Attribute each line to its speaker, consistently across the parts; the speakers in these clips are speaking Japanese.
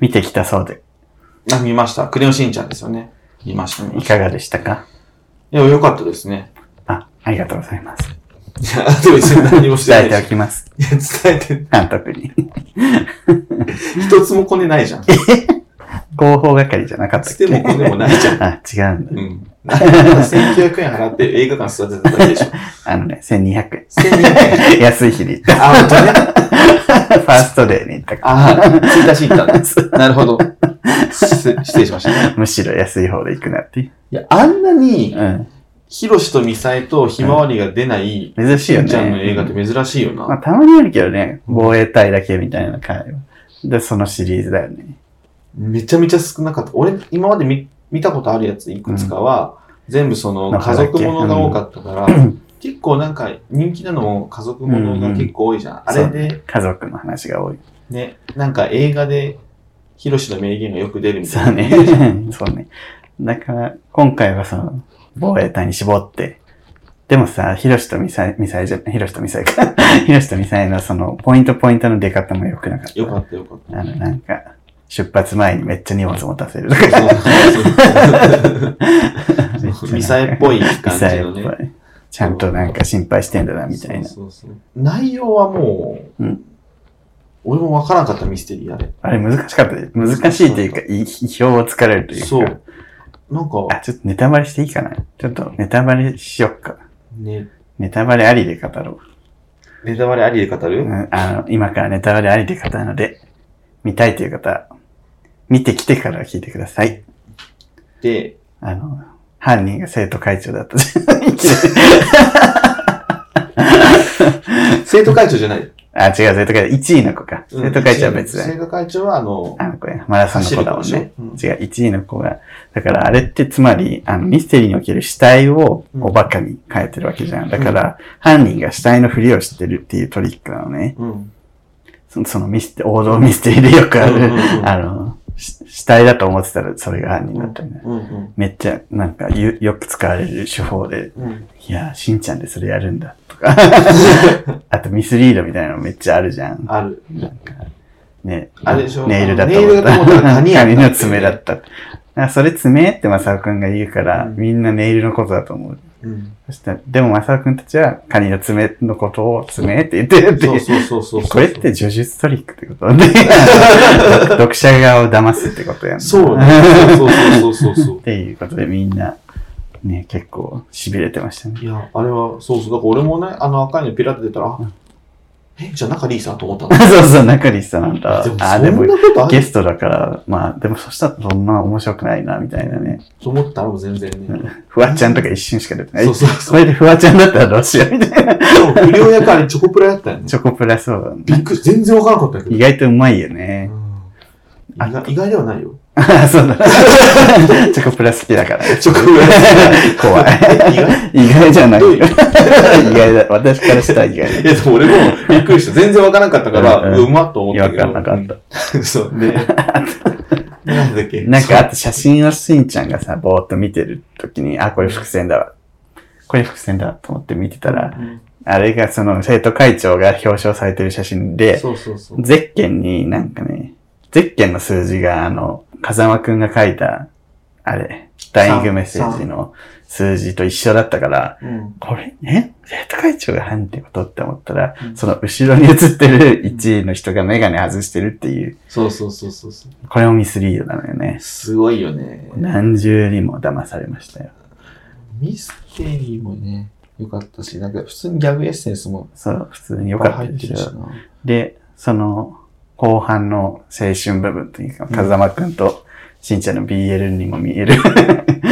Speaker 1: 見てきたそうで、
Speaker 2: あ、見ました。クレヨンしんちゃんですよね。見ました、見ま
Speaker 1: い
Speaker 2: した。
Speaker 1: かがでしたか
Speaker 2: いや、よかったですね。
Speaker 1: あ、ありがとうございます。
Speaker 2: いや、でも別に何もしてな
Speaker 1: 伝え
Speaker 2: い
Speaker 1: て
Speaker 2: で
Speaker 1: おきます。
Speaker 2: す。いや、 伝えて、
Speaker 1: 監督に。
Speaker 2: 一つもこねないじゃん。
Speaker 1: 広報係じゃなかったっけ
Speaker 2: つてもこねもないじゃ ん。
Speaker 1: あ、違うんだ。
Speaker 2: うん。1900円払って映画館座ってただけでしょ。
Speaker 1: あのね、1200円。
Speaker 2: 1200円。
Speaker 1: 安い日に行った。
Speaker 2: あ、本当ね。
Speaker 1: ファーストデーに行ったか
Speaker 2: あ、1日行ったん だ。なるほど。失礼しましたね。
Speaker 1: ら。むしろ安い方で行くなっていう。
Speaker 2: いや、あんなに、
Speaker 1: うん。
Speaker 2: ヒロシとミサイとひまわりが出ない、
Speaker 1: 珍しい
Speaker 2: し
Speaker 1: よ
Speaker 2: ん
Speaker 1: ね。
Speaker 2: ちゃんの映画って珍しいよ
Speaker 1: まあ、
Speaker 2: な。
Speaker 1: たまにあるけどね、防衛隊だけみたいな回は。で、そのシリーズだよね。
Speaker 2: めちゃめちゃ少なかった。俺、今まで見見たことあるやついくつかは、全部その
Speaker 1: なん
Speaker 2: 家
Speaker 1: かだっけ
Speaker 2: 族ものが多かったから、結構なんか人気なのも家族ものが結構多いじゃん。あれで、
Speaker 1: 家族の話が多い。
Speaker 2: ね、なんか映画で、ヒロシの名言がよく出るみたい
Speaker 1: そ
Speaker 2: な。
Speaker 1: うね。 そうね。だから、今回はその、防衛隊に絞って、でもさ、ヒロシとミサイ、ミサイじゃ、ヒロシとミサイか。 ヒロシとミサイのその、ポイントポイントの出方も良くなかった。
Speaker 2: よかったよかった。
Speaker 1: あの、なんか、出発前にめっちゃ荷物持たせるとか。
Speaker 2: ミサイっぽい感じ
Speaker 1: ミ
Speaker 2: の
Speaker 1: サイっ
Speaker 2: ね。
Speaker 1: ぽいちゃんとなんか心配してんだな、みたいな。
Speaker 2: そうそうそう内容はもう、
Speaker 1: うん
Speaker 2: 俺もわからんかったミステリーあれ。
Speaker 1: あれ難しかったで難しいというか、意表をつかれるというか。
Speaker 2: そう。なんか、
Speaker 1: あ、ちょっとネタバレしていいかなちょっとネタバレしよっか。
Speaker 2: ね、
Speaker 1: ネタバレありで語ろ
Speaker 2: ネタバレありで語
Speaker 1: う。
Speaker 2: る、
Speaker 1: うん、あの、今からネタバレありで語るので、見たいという方、見てきてから聞いてください。
Speaker 2: で、
Speaker 1: あの、犯人が生徒会長だっ たじゃん。いきなり
Speaker 2: 生徒会長じゃない。
Speaker 1: あ、違う、生徒会長。1位の子か。生徒会長は別だ
Speaker 2: 生
Speaker 1: よ。
Speaker 2: 徒会長は、あの、
Speaker 1: あの子や、マラソンの子だもん
Speaker 2: 走る
Speaker 1: ね。
Speaker 2: 子でし
Speaker 1: 違う、1位の子が。だから、あれってつまり、あの、ミステリーにおける死体を
Speaker 2: うん
Speaker 1: おバカに変えてるわけじゃん。だから、犯人が死体のふりをしてるっていうトリックなのね。
Speaker 2: ょうん。うん
Speaker 1: そのそのミステ、王道ミステリーでよくある、
Speaker 2: うんうんうん
Speaker 1: あの、し死体だと思ってたらそれが犯人だったみたいな。
Speaker 2: うんうん
Speaker 1: めっちゃ、なんかゆ、よく使われる手法で、
Speaker 2: うん。
Speaker 1: いやー、しんちゃんでそれやるんだ、と か。あと、ミスリードみたいなのめっちゃあるじゃん。
Speaker 2: ある。
Speaker 1: ね、
Speaker 2: あれでしょ
Speaker 1: ネイルだと
Speaker 2: ネイ
Speaker 1: 思
Speaker 2: ル
Speaker 1: っ
Speaker 2: だと思った
Speaker 1: た。
Speaker 2: ら
Speaker 1: 髪
Speaker 2: 何やった
Speaker 1: の爪だった。あそれ爪ってマサオくんが言うから、
Speaker 2: うん
Speaker 1: みんなネイルのことだと思う。
Speaker 2: うん。
Speaker 1: そしたら、でもマサオくんたちは、カニの爪のことを爪って言ってるってい
Speaker 2: そうう。そうそうそうそう。
Speaker 1: これって叙述トリックってこと ね。読者側を騙すってことやんな。
Speaker 2: そうね。そうそうそうそうそう
Speaker 1: っ。ていうことでみんな、ね、結構痺れてましたね。
Speaker 2: いや、あれは、そうそう。だから俺もね、あの赤いのピラって出たら、あえ、じゃあ中でいいさと思ったの。
Speaker 1: そうそう、中西さんなんだ
Speaker 2: でも。
Speaker 1: あ、
Speaker 2: そ
Speaker 1: で
Speaker 2: ん
Speaker 1: も
Speaker 2: なことあ
Speaker 1: ゲ
Speaker 2: る
Speaker 1: ストだから、まあ、でもそしたらそんな面白くないな、みたいなね。
Speaker 2: と思ったらもう全然ね。
Speaker 1: フワちゃんとか一瞬しか出てない。
Speaker 2: そうそう
Speaker 1: こ
Speaker 2: そう。
Speaker 1: れでフワちゃんだったらどうしよう、みたいな。
Speaker 2: でも不良役あれチョコプラやったよね。
Speaker 1: チョコプラそうだね。
Speaker 2: びっくり、全然わからなかったけど。
Speaker 1: 意外とうまいよ
Speaker 2: う
Speaker 1: ね。
Speaker 2: ん意外意外ではないよ。
Speaker 1: あ、そうだ。 チョコプラ好きだから。
Speaker 2: チョコプラ
Speaker 1: 怖い。
Speaker 2: 意外
Speaker 1: 意外じゃない
Speaker 2: どう
Speaker 1: よ。意
Speaker 2: いう
Speaker 1: 外だ。私からしたら意外だ。
Speaker 2: いや、でも俺もびっくりした。全然わからなかったから、
Speaker 1: う
Speaker 2: うん
Speaker 1: うん
Speaker 2: まっと思
Speaker 1: い
Speaker 2: っ
Speaker 1: や、
Speaker 2: た
Speaker 1: わ
Speaker 2: け
Speaker 1: か
Speaker 2: ど。
Speaker 1: んなかった。
Speaker 2: うん。そう。 で、なんだっけ。
Speaker 1: なんか、あと写真をしんちゃんがさ、ぼーっと見てるときに、あ、これ伏線だわ。これ伏線だと思って見てたら、
Speaker 2: うん
Speaker 1: あれがその生徒会長が表彰されてる写真で、
Speaker 2: そうそうそう。
Speaker 1: ゼッケンになんかね、ゼッケンの数字があの、風間くんが書いた、あれ、ダイイングメッセージの数字と一緒だったから、
Speaker 2: うん。
Speaker 1: これね、生徒会長が犯人ってことって思ったら、
Speaker 2: うん
Speaker 1: その後ろに写ってる1位の人がメガネ外してるっていう、
Speaker 2: そうそうそうそうそう。
Speaker 1: これもミスリードなのよね。
Speaker 2: すごいよね。
Speaker 1: 何重にも騙されましたよ。
Speaker 2: ミステリーもね、良かったし、なんか普通にギャグエッセンスも
Speaker 1: そう、普通に良
Speaker 2: よ
Speaker 1: かった
Speaker 2: 入っ
Speaker 1: で
Speaker 2: て
Speaker 1: す
Speaker 2: る
Speaker 1: よ
Speaker 2: し。な。
Speaker 1: で、その、後半の青春部分というか、
Speaker 2: ん
Speaker 1: 風間くんとしんちゃんの BL にも見える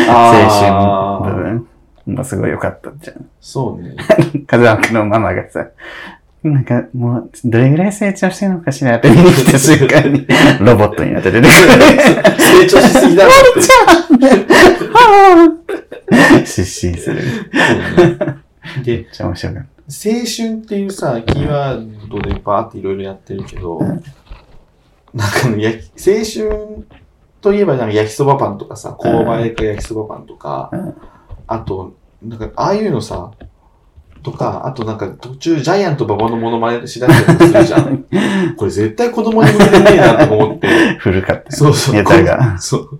Speaker 2: あ
Speaker 1: 青
Speaker 2: ー
Speaker 1: 春部分もすごい良かったじゃん。
Speaker 2: そうね。
Speaker 1: 風間くんのママがさ、なんかもう、どれぐらい成長してるのかしらって見に来た瞬間 に、ロボットになって出てくる。
Speaker 2: 成長しすぎだろって。
Speaker 1: 失神する。
Speaker 2: そうね
Speaker 1: め
Speaker 2: で、
Speaker 1: っちゃ面白かった。
Speaker 2: 青春っていうさ、キーワードでバーっていろいろやってるけど、なんかね、焼き青春といえばなんか焼きそばパンとかさ、購買か焼きそばパンとか
Speaker 1: うん、
Speaker 2: あと、なんかああいうのさ、とか、あとなんか途中ジャイアント馬場のモノマネしだしたりするじゃん。 これ絶対子供に向けてねえなと思って。
Speaker 1: 古かった。
Speaker 2: そうそう。
Speaker 1: ネタが。
Speaker 2: そう。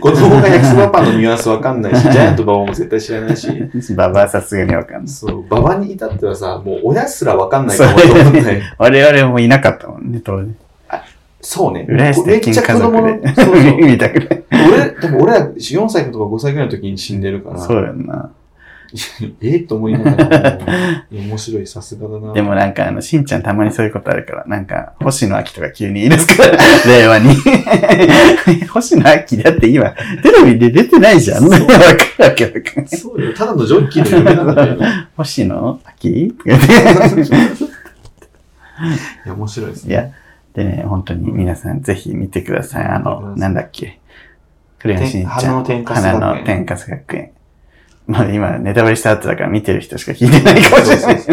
Speaker 2: 子供が焼きそばパンのニュアンスわかんないし、ジャイアント馬場も絶対知らないし、
Speaker 1: ババはさすがにわかんない。
Speaker 2: そう、馬場に至ってはさ、もう親すらわかんないかもと思っ
Speaker 1: そうだ
Speaker 2: て。
Speaker 1: 我々もいなかったもんね、当時。
Speaker 2: そうね。
Speaker 1: 浦安
Speaker 2: め
Speaker 1: 鉄
Speaker 2: っ
Speaker 1: 筋
Speaker 2: ち
Speaker 1: 家
Speaker 2: ゃ子供
Speaker 1: 族
Speaker 2: の
Speaker 1: で。
Speaker 2: そうそう
Speaker 1: 見たくない。
Speaker 2: 俺、でも俺ら4歳とか5歳ぐらいの時に死んでるから、
Speaker 1: そうやんな。
Speaker 2: ええと思いながらも、面白い、さすがだな。
Speaker 1: でもなんか、あの、しんちゃんたまにそういうことあるから、なんか、星野秋とか急に言い出す から、令和に。 星野秋だって今、テレビで出てないじゃん。
Speaker 2: そう
Speaker 1: わかるわけわかんない
Speaker 2: そうよ。ただのジョッキーの夢なんだ よ。い
Speaker 1: 星野 秋とか言って
Speaker 2: や、面白いです
Speaker 1: い
Speaker 2: ね。
Speaker 1: や、でね、本当に皆さんぜひ見てください。あの、なんだっけ。クレヨンしんちゃん。
Speaker 2: 花の天かす学園
Speaker 1: 花の天かす学園。まあ今、ネタバレした後だから見てる人しか聞いてないかもしれない
Speaker 2: そ。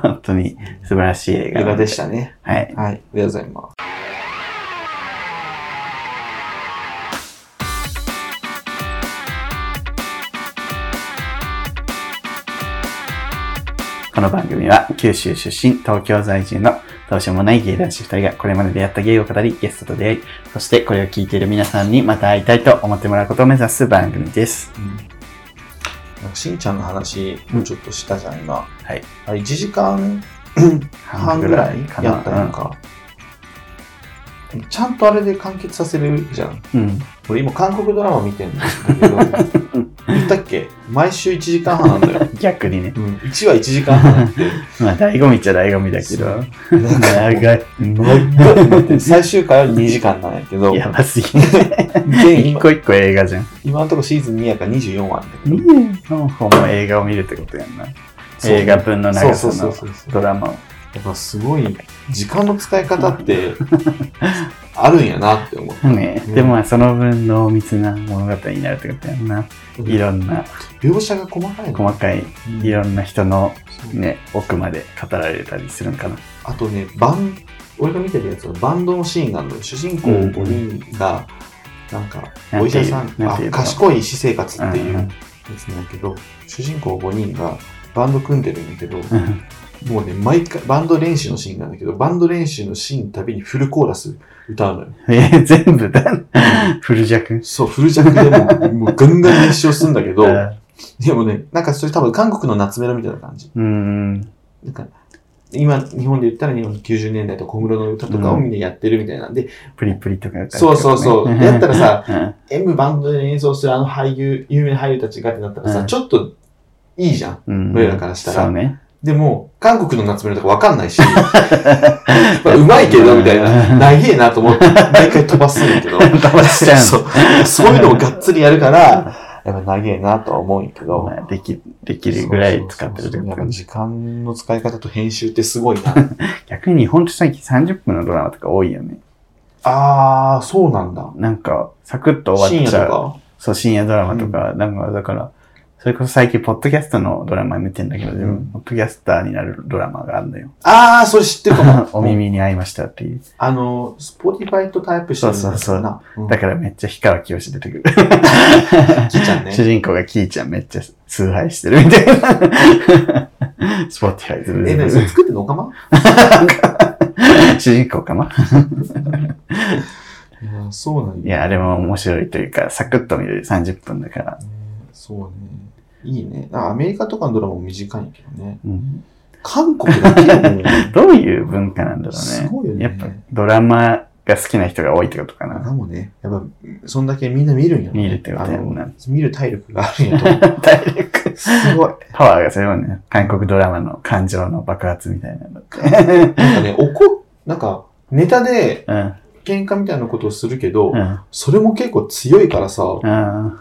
Speaker 1: 本当に素晴らしい映画。
Speaker 2: 映画でしたね。
Speaker 1: はい。
Speaker 2: はい。ありがとうございます。
Speaker 1: この番組は九州出身、東京在住のどうしようもない芸男子二人がこれまで出会った芸を語り、ゲストと出会い、そしてこれを聞いている皆さんにまた会いたいと思ってもらうことを目指す番組です。
Speaker 2: なんかしんちゃんの話もちょっとしたじゃん、今。
Speaker 1: はい。
Speaker 2: あれ、1時間半ぐらいやったやんか。ちゃんとあれで完結させれるじゃん。
Speaker 1: うん。
Speaker 2: 俺今韓国ドラマ見て んだけど、言ったっけ毎週1時間半なんだよ。
Speaker 1: 逆にね。
Speaker 2: うん、1話1時間半 って。
Speaker 1: まあ、醍醐味っちゃ醍醐味だけ ど。
Speaker 2: なんか
Speaker 1: 長 い。
Speaker 2: 最終回は2時間なんやけど、
Speaker 1: やばすぎ る。
Speaker 2: 全
Speaker 1: 一
Speaker 2: 今
Speaker 1: 個一個映画じゃん。
Speaker 2: 今のところシーズン2やから24話なんだけど、
Speaker 1: 4本も映画を見るってことやんな。映画分の長さ
Speaker 2: そう
Speaker 1: の
Speaker 2: そうそうそう
Speaker 1: ドラマを。
Speaker 2: やっぱすごい時間の使い方って あるんやなって思う
Speaker 1: ね
Speaker 2: うん
Speaker 1: でもまあその分濃密な物語になるってことやんな。いろんな
Speaker 2: 描写が細かいの
Speaker 1: 細かい、
Speaker 2: うん
Speaker 1: いろんな人の
Speaker 2: そう
Speaker 1: ね、奥まで語られたりするんかな。
Speaker 2: あとねバン俺が見てるやつはバンドのシーンがあるのよ主人公
Speaker 1: うん
Speaker 2: 5人がなんか
Speaker 1: なんていう
Speaker 2: お医者さん
Speaker 1: なん
Speaker 2: あ
Speaker 1: ていうの
Speaker 2: 賢い私生活っていう
Speaker 1: うんう
Speaker 2: や
Speaker 1: ん
Speaker 2: つなんやけど主人公5人がバンド組んでるんやけど
Speaker 1: うん
Speaker 2: もうね毎回バンド練習のシーンなんだけどバンド練習のシーンたびにフルコーラス歌うのよ
Speaker 1: え、全部だ。フル弱。
Speaker 2: そう、フルジャックでも、 もうガンガン練習するんだけど、
Speaker 1: あ
Speaker 2: でもね、なんかそれ多分韓国の夏メロみたいな感じ。
Speaker 1: うん。
Speaker 2: なんか、今、日本で言ったら日本の90年代と小室の歌とかをみんなやってるみたいなんで、
Speaker 1: プリプリとか歌
Speaker 2: そうそうそう。やったらさ、
Speaker 1: ら、
Speaker 2: M バンドで演奏するあの俳優、有名な俳優たちがってなったらさ、
Speaker 1: うん
Speaker 2: ちょっといいじゃん。
Speaker 1: うん。
Speaker 2: 俺らからしたら
Speaker 1: そうね。
Speaker 2: でも、韓国の夏メロとかわかんないし、まあうまいけど、みたいな。長えなと思って、毎回飛ばすんだけど。
Speaker 1: 飛ばしちゃう
Speaker 2: そう。そういうのをがっつりやるから、やっぱ長えなとは思うんやけど。
Speaker 1: まあ、でき、できるぐらい使ってるって
Speaker 2: そうそうそう
Speaker 1: こ
Speaker 2: や
Speaker 1: と
Speaker 2: っぱ
Speaker 1: ね
Speaker 2: 時間の使い方と編集ってすごいな。
Speaker 1: 逆にほんと最近30分のドラマとか多いよね。
Speaker 2: あー、そうなんだ。
Speaker 1: なんか、サクッと終
Speaker 2: 深
Speaker 1: わっちゃ
Speaker 2: 夜
Speaker 1: う。
Speaker 2: と
Speaker 1: そう、深夜ドラマとか、なんか、だから、それこそ最近、ポッドキャストのドラマ見てんだけど、自
Speaker 2: うん
Speaker 1: 分、ポッドキャスターになるドラマがあるんだよ。。
Speaker 2: か。あー、それ知ってるかも
Speaker 1: お耳に合いましたっていう。
Speaker 2: あの、スポティファイとタイプしてるんだ
Speaker 1: そうそう
Speaker 2: な。うん
Speaker 1: だからめっちゃ氷川きよし出てくる。
Speaker 2: キーちゃん ね
Speaker 1: 主 人公がキーちゃんめっちゃ崇拝してるみたいな。 スポッティファイズ
Speaker 2: え、何それ作ってんのおかま
Speaker 1: 主人公かない
Speaker 2: やそうなん
Speaker 1: い
Speaker 2: だ。
Speaker 1: や、あれも面白いというか、サクッと見れる30分だから。
Speaker 2: ねそうね。いいね。なんかアメリカとかのドラマも短いんやけどね。
Speaker 1: うん
Speaker 2: 韓国だけはもう
Speaker 1: どういう文化なんだろうね。
Speaker 2: すごいよね
Speaker 1: やっぱドラマが好きな人が多いってことか
Speaker 2: な
Speaker 1: な。
Speaker 2: んもね、やっぱ、そんだけみんな見るんやろね
Speaker 1: 見るってことやんな
Speaker 2: あの見る体力があるんやと思う。
Speaker 1: 体力。
Speaker 2: すごい。
Speaker 1: パワーがそれもね、韓国ドラマの感情の爆発みたいなのって。
Speaker 2: なんかね、怒っ、なんか、ネタで
Speaker 1: うん。
Speaker 2: 喧嘩みたいなことをするけど、
Speaker 1: うん。
Speaker 2: それも結構強いからさ、
Speaker 1: うん。
Speaker 2: な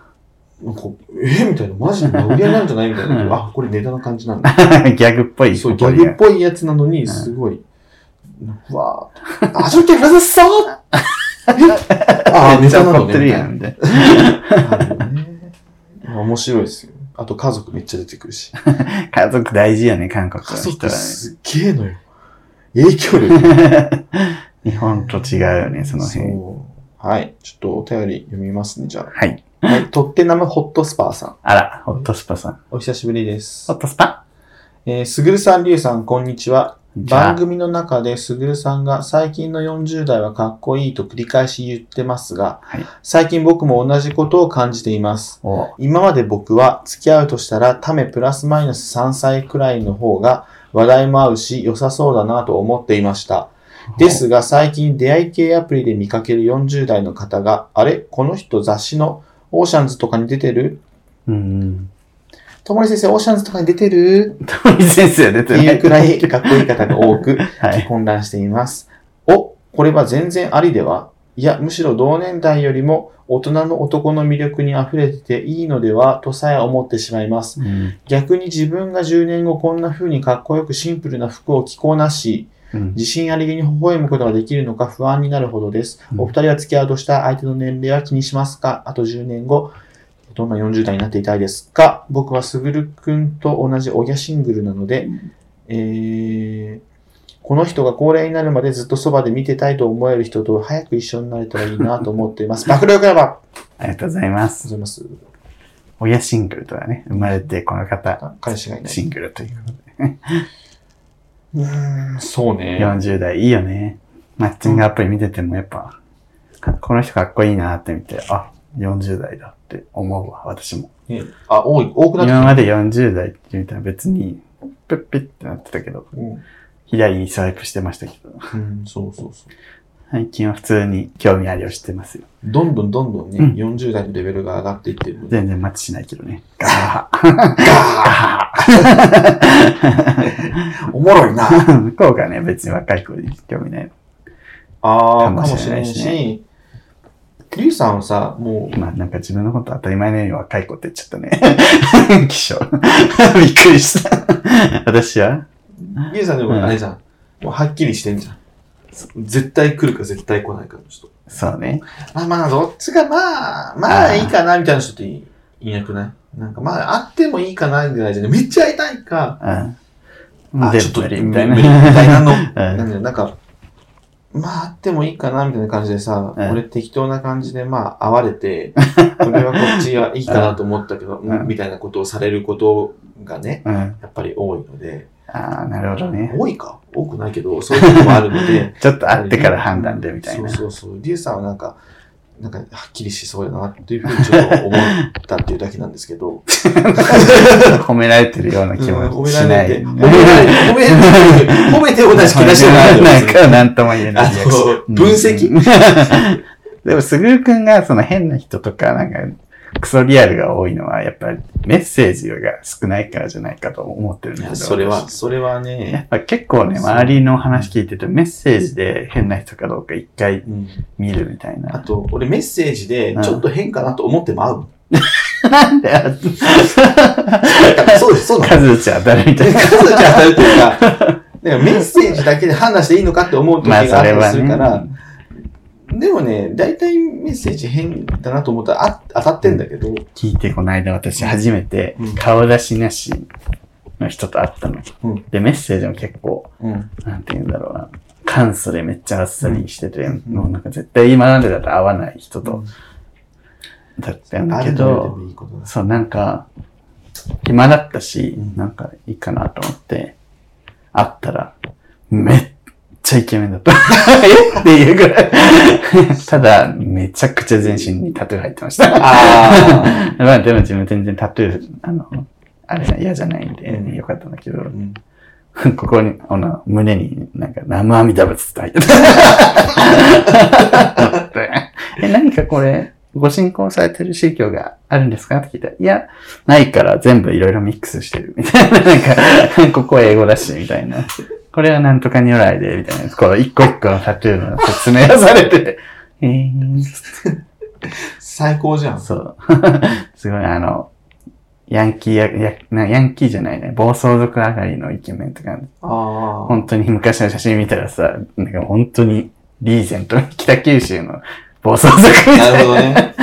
Speaker 2: んか、えみたいな、マジで殴り合いなんじゃないみたいな、
Speaker 1: うん
Speaker 2: あ、これネタの感じなん だ。
Speaker 1: ギャグっぽい。
Speaker 2: そう、ギャグっぽいやつなのに、
Speaker 1: ん
Speaker 2: すごい、うわぁ、あ、ちょっとふざそうあ、
Speaker 1: め
Speaker 2: ネ
Speaker 1: っちゃ
Speaker 2: タな
Speaker 1: 怒
Speaker 2: の
Speaker 1: っ
Speaker 2: ね。
Speaker 1: てる
Speaker 2: みたい
Speaker 1: や
Speaker 2: なん
Speaker 1: みたい
Speaker 2: あるよね面白いですよ。あと家族めっちゃ出てくるし。
Speaker 1: な。家族大事よね、韓国の
Speaker 2: 家
Speaker 1: 人
Speaker 2: 族
Speaker 1: はね。
Speaker 2: すっげえのよ。影響力。
Speaker 1: 日本と違うよね、その辺。
Speaker 2: そうはい。ちょっとお便り読みますね、じゃあ。
Speaker 1: はい。
Speaker 2: はい、とってなむホットスパーさん。
Speaker 1: あら、ホットスパさん。
Speaker 2: お久しぶりです
Speaker 1: ホ。ットスパ
Speaker 2: えー、すぐるさん、りゅうさん、こんにちは。
Speaker 1: じゃ
Speaker 2: 番
Speaker 1: あ、
Speaker 2: 組の中で、すぐるさんが最近の40代はかっこいいと繰り返し言ってますが、
Speaker 1: はい
Speaker 2: 最近僕も同じことを感じています。
Speaker 1: お
Speaker 2: 今まで僕は付き合うとしたら、ためプラスマイナス3歳くらいの方が話題も合うし、良さそうだなと思っていました。ですが、最近出会い系アプリで見かける40代の方が、あれこの人雑誌のオーシャンズとかに出てる
Speaker 1: うん。
Speaker 2: ともり先生、オーシャンズとかに出てる
Speaker 1: トミー先生出
Speaker 2: って
Speaker 1: てな
Speaker 2: いう
Speaker 1: い。
Speaker 2: くらいかっこいい方が多く
Speaker 1: はい。
Speaker 2: 混乱しています。お、これは全然ありではいや、むしろ同年代よりも大人の男の魅力に溢れてていいのではとさえ思ってしまいます。
Speaker 1: うん。
Speaker 2: 逆に自分が10年後こんな風にかっこよくシンプルな服を着こなし、
Speaker 1: うん。
Speaker 2: 自信ありげに微笑むことができるのか不安になるほどです。
Speaker 1: うん
Speaker 2: お二人が付き合うとした相手の年齢は気にしますかあと10年後、どんな40代になっていたいですか僕はすぐるくんと同じ親シングルなので、えーこの人が高齢になるまでずっとそばで見てたいと思える人と早く一緒になれたらいいなと思ってい ます。爆力クラバーありがと
Speaker 1: ありがとうございま
Speaker 2: うご
Speaker 1: す。
Speaker 2: ざいます。
Speaker 1: 親シングルとはね、生まれてこの方、
Speaker 2: あ彼氏がいない。
Speaker 1: シングルということで。
Speaker 2: うーん、そうね。
Speaker 1: 40代いいよね。マッチングアプリ見ててもやっぱ、かこの人かっこいいなって見て、あ、40代だって思うわ、私も。
Speaker 2: ねあ、多い、多くなってき
Speaker 1: 今まで40代って見たら別に、プッピッってなってたけど、
Speaker 2: た。うん
Speaker 1: 左にスワイプしてましたけど、
Speaker 2: うん、そうそうそう。
Speaker 1: 最近は普通に興味ありをしてますよ。
Speaker 2: どんどんどんどんね、
Speaker 1: うん
Speaker 2: 40代のレベルが上がっていってるので。
Speaker 1: 全然マッチしないけどね。ガハ
Speaker 2: おもろ いな。
Speaker 1: ハ向 こうがね、別に若い子に興味ない。
Speaker 2: ああ、か
Speaker 1: か
Speaker 2: も
Speaker 1: も
Speaker 2: し
Speaker 1: し
Speaker 2: れ
Speaker 1: れな
Speaker 2: な
Speaker 1: いいしね
Speaker 2: し、リュウさんはさ、もう、
Speaker 1: 今なんか自分のこと当たり前のように若い子って言っちゃったね。 気象。びっくりした。私は
Speaker 2: リュウさんで
Speaker 1: う
Speaker 2: も
Speaker 1: ん
Speaker 2: あれじゃん。もうはっきりしてんじゃん。絶対来るか絶対来ないかの人。
Speaker 1: そうね。
Speaker 2: まあまあ、どっちがまあ、まあいいかな、みたいな人っていいなくないなんかまあ、あってもいいかな、ぐらいじゃん。めっちゃ会いたいか、
Speaker 1: うん。
Speaker 2: あ、
Speaker 1: で
Speaker 2: ちょっと
Speaker 1: 無理みたい
Speaker 2: 無理みたいな
Speaker 1: な。
Speaker 2: の。
Speaker 1: うん
Speaker 2: なんだよなんか、まああってもいいかな、みたいな感じでさ、
Speaker 1: うん
Speaker 2: 俺適当な感じでまあ、会われて、 これはこっちはいいかなと思ったけど、
Speaker 1: ん
Speaker 2: うんみたいなことをされることがね、
Speaker 1: うん。あ
Speaker 2: やっぱり多いので、
Speaker 1: あ、なるほどね。
Speaker 2: 多いか多くないけど、そういうこともあるので、
Speaker 1: ちょっと 会ってから判断でみたいな。
Speaker 2: そうそうそう。リュウさんはなんか、なんか、はっきりしそうやな、っていうふうにちょっと思ったっていうだけなんですけ ど、
Speaker 1: 褒められてるような気
Speaker 2: うん
Speaker 1: も
Speaker 2: 褒め
Speaker 1: し
Speaker 2: ら
Speaker 1: ない。
Speaker 2: れて、褒められて、 褒められて、褒めて同じ気がしてな
Speaker 1: な
Speaker 2: いよ
Speaker 1: んか、なんとも言えない
Speaker 2: あ
Speaker 1: リアクション。
Speaker 2: の、分析
Speaker 1: うん でも、すぐるくんが、その変な人とか、なんか、クソリアルが多いのは、やっぱりメッセージが少ないからじゃないかと思ってるん
Speaker 2: い
Speaker 1: だけど。
Speaker 2: やそれは、
Speaker 1: 私。
Speaker 2: それは
Speaker 1: や
Speaker 2: ね、
Speaker 1: っぱ結構ね、
Speaker 2: そう
Speaker 1: 周りの話聞いてて、メッセージで変な人かどうか一回
Speaker 2: うん、
Speaker 1: 見るみたい
Speaker 2: あ
Speaker 1: な。
Speaker 2: と、俺メッセージで
Speaker 1: う、ん
Speaker 2: ちょっと変かなと思っても会うも ん。
Speaker 1: なんで、あ
Speaker 2: そうで す、そうな
Speaker 1: カ
Speaker 2: の。
Speaker 1: ズチは誰 みたいな。
Speaker 2: 数値当たるというか、なんかメッセージだけで判断していいのかって思う時
Speaker 1: ま
Speaker 2: があ
Speaker 1: あ、そ
Speaker 2: っ
Speaker 1: れ
Speaker 2: たり
Speaker 1: は
Speaker 2: するから
Speaker 1: ね、。
Speaker 2: でもね、大体メッセージ変だなと思ったらあ当たってんだけど、
Speaker 1: 聞いてこないだ私初めて
Speaker 2: うん
Speaker 1: 顔出しなしの人と会ったの。
Speaker 2: うん
Speaker 1: で、メッセージも結構、
Speaker 2: うん、
Speaker 1: なんて言うんだろうな。簡素でめっちゃあっさりしてて、
Speaker 2: うん
Speaker 1: もうなんか絶対今までだと会わない人と、だったんだ
Speaker 2: あ
Speaker 1: け
Speaker 2: るのよで
Speaker 1: ど、
Speaker 2: もいいことだ。
Speaker 1: そうなんか、暇だったし
Speaker 2: うん、
Speaker 1: なんかいいかなと思って、会ったら、めっちゃイケメンだった。 えっていうぐらい。 ただ、めちゃくちゃ全身にタトゥー入ってました。
Speaker 2: あ
Speaker 1: まあでも自分全然タトゥー、あの、あれ嫌じゃないんで、
Speaker 2: うん
Speaker 1: よかったんだけど
Speaker 2: あ、、うん
Speaker 1: ここに、あの、胸になんか生阿弥陀仏って入ってた。 え、何かこれ、ご信仰されてる宗教があるんですかって聞いたら、いや、ないから全部いろいろミックスしてる。みたいな、 なんか、ここは英語だし、みたいな。これはなんとか如来で、みたいな。こう、一個一個のタトゥーの説明をされ て、えー、
Speaker 2: 最高じゃん。
Speaker 1: そう。 すごい、あの、ヤンキーや、やなヤンキーじゃないね。暴走族上がりのイケメンとか、
Speaker 2: ああ。
Speaker 1: 本当に昔の写真見たらさ、なんか本当にリーゼント、北九州の暴走族みたい
Speaker 2: な
Speaker 1: な。
Speaker 2: るほどね。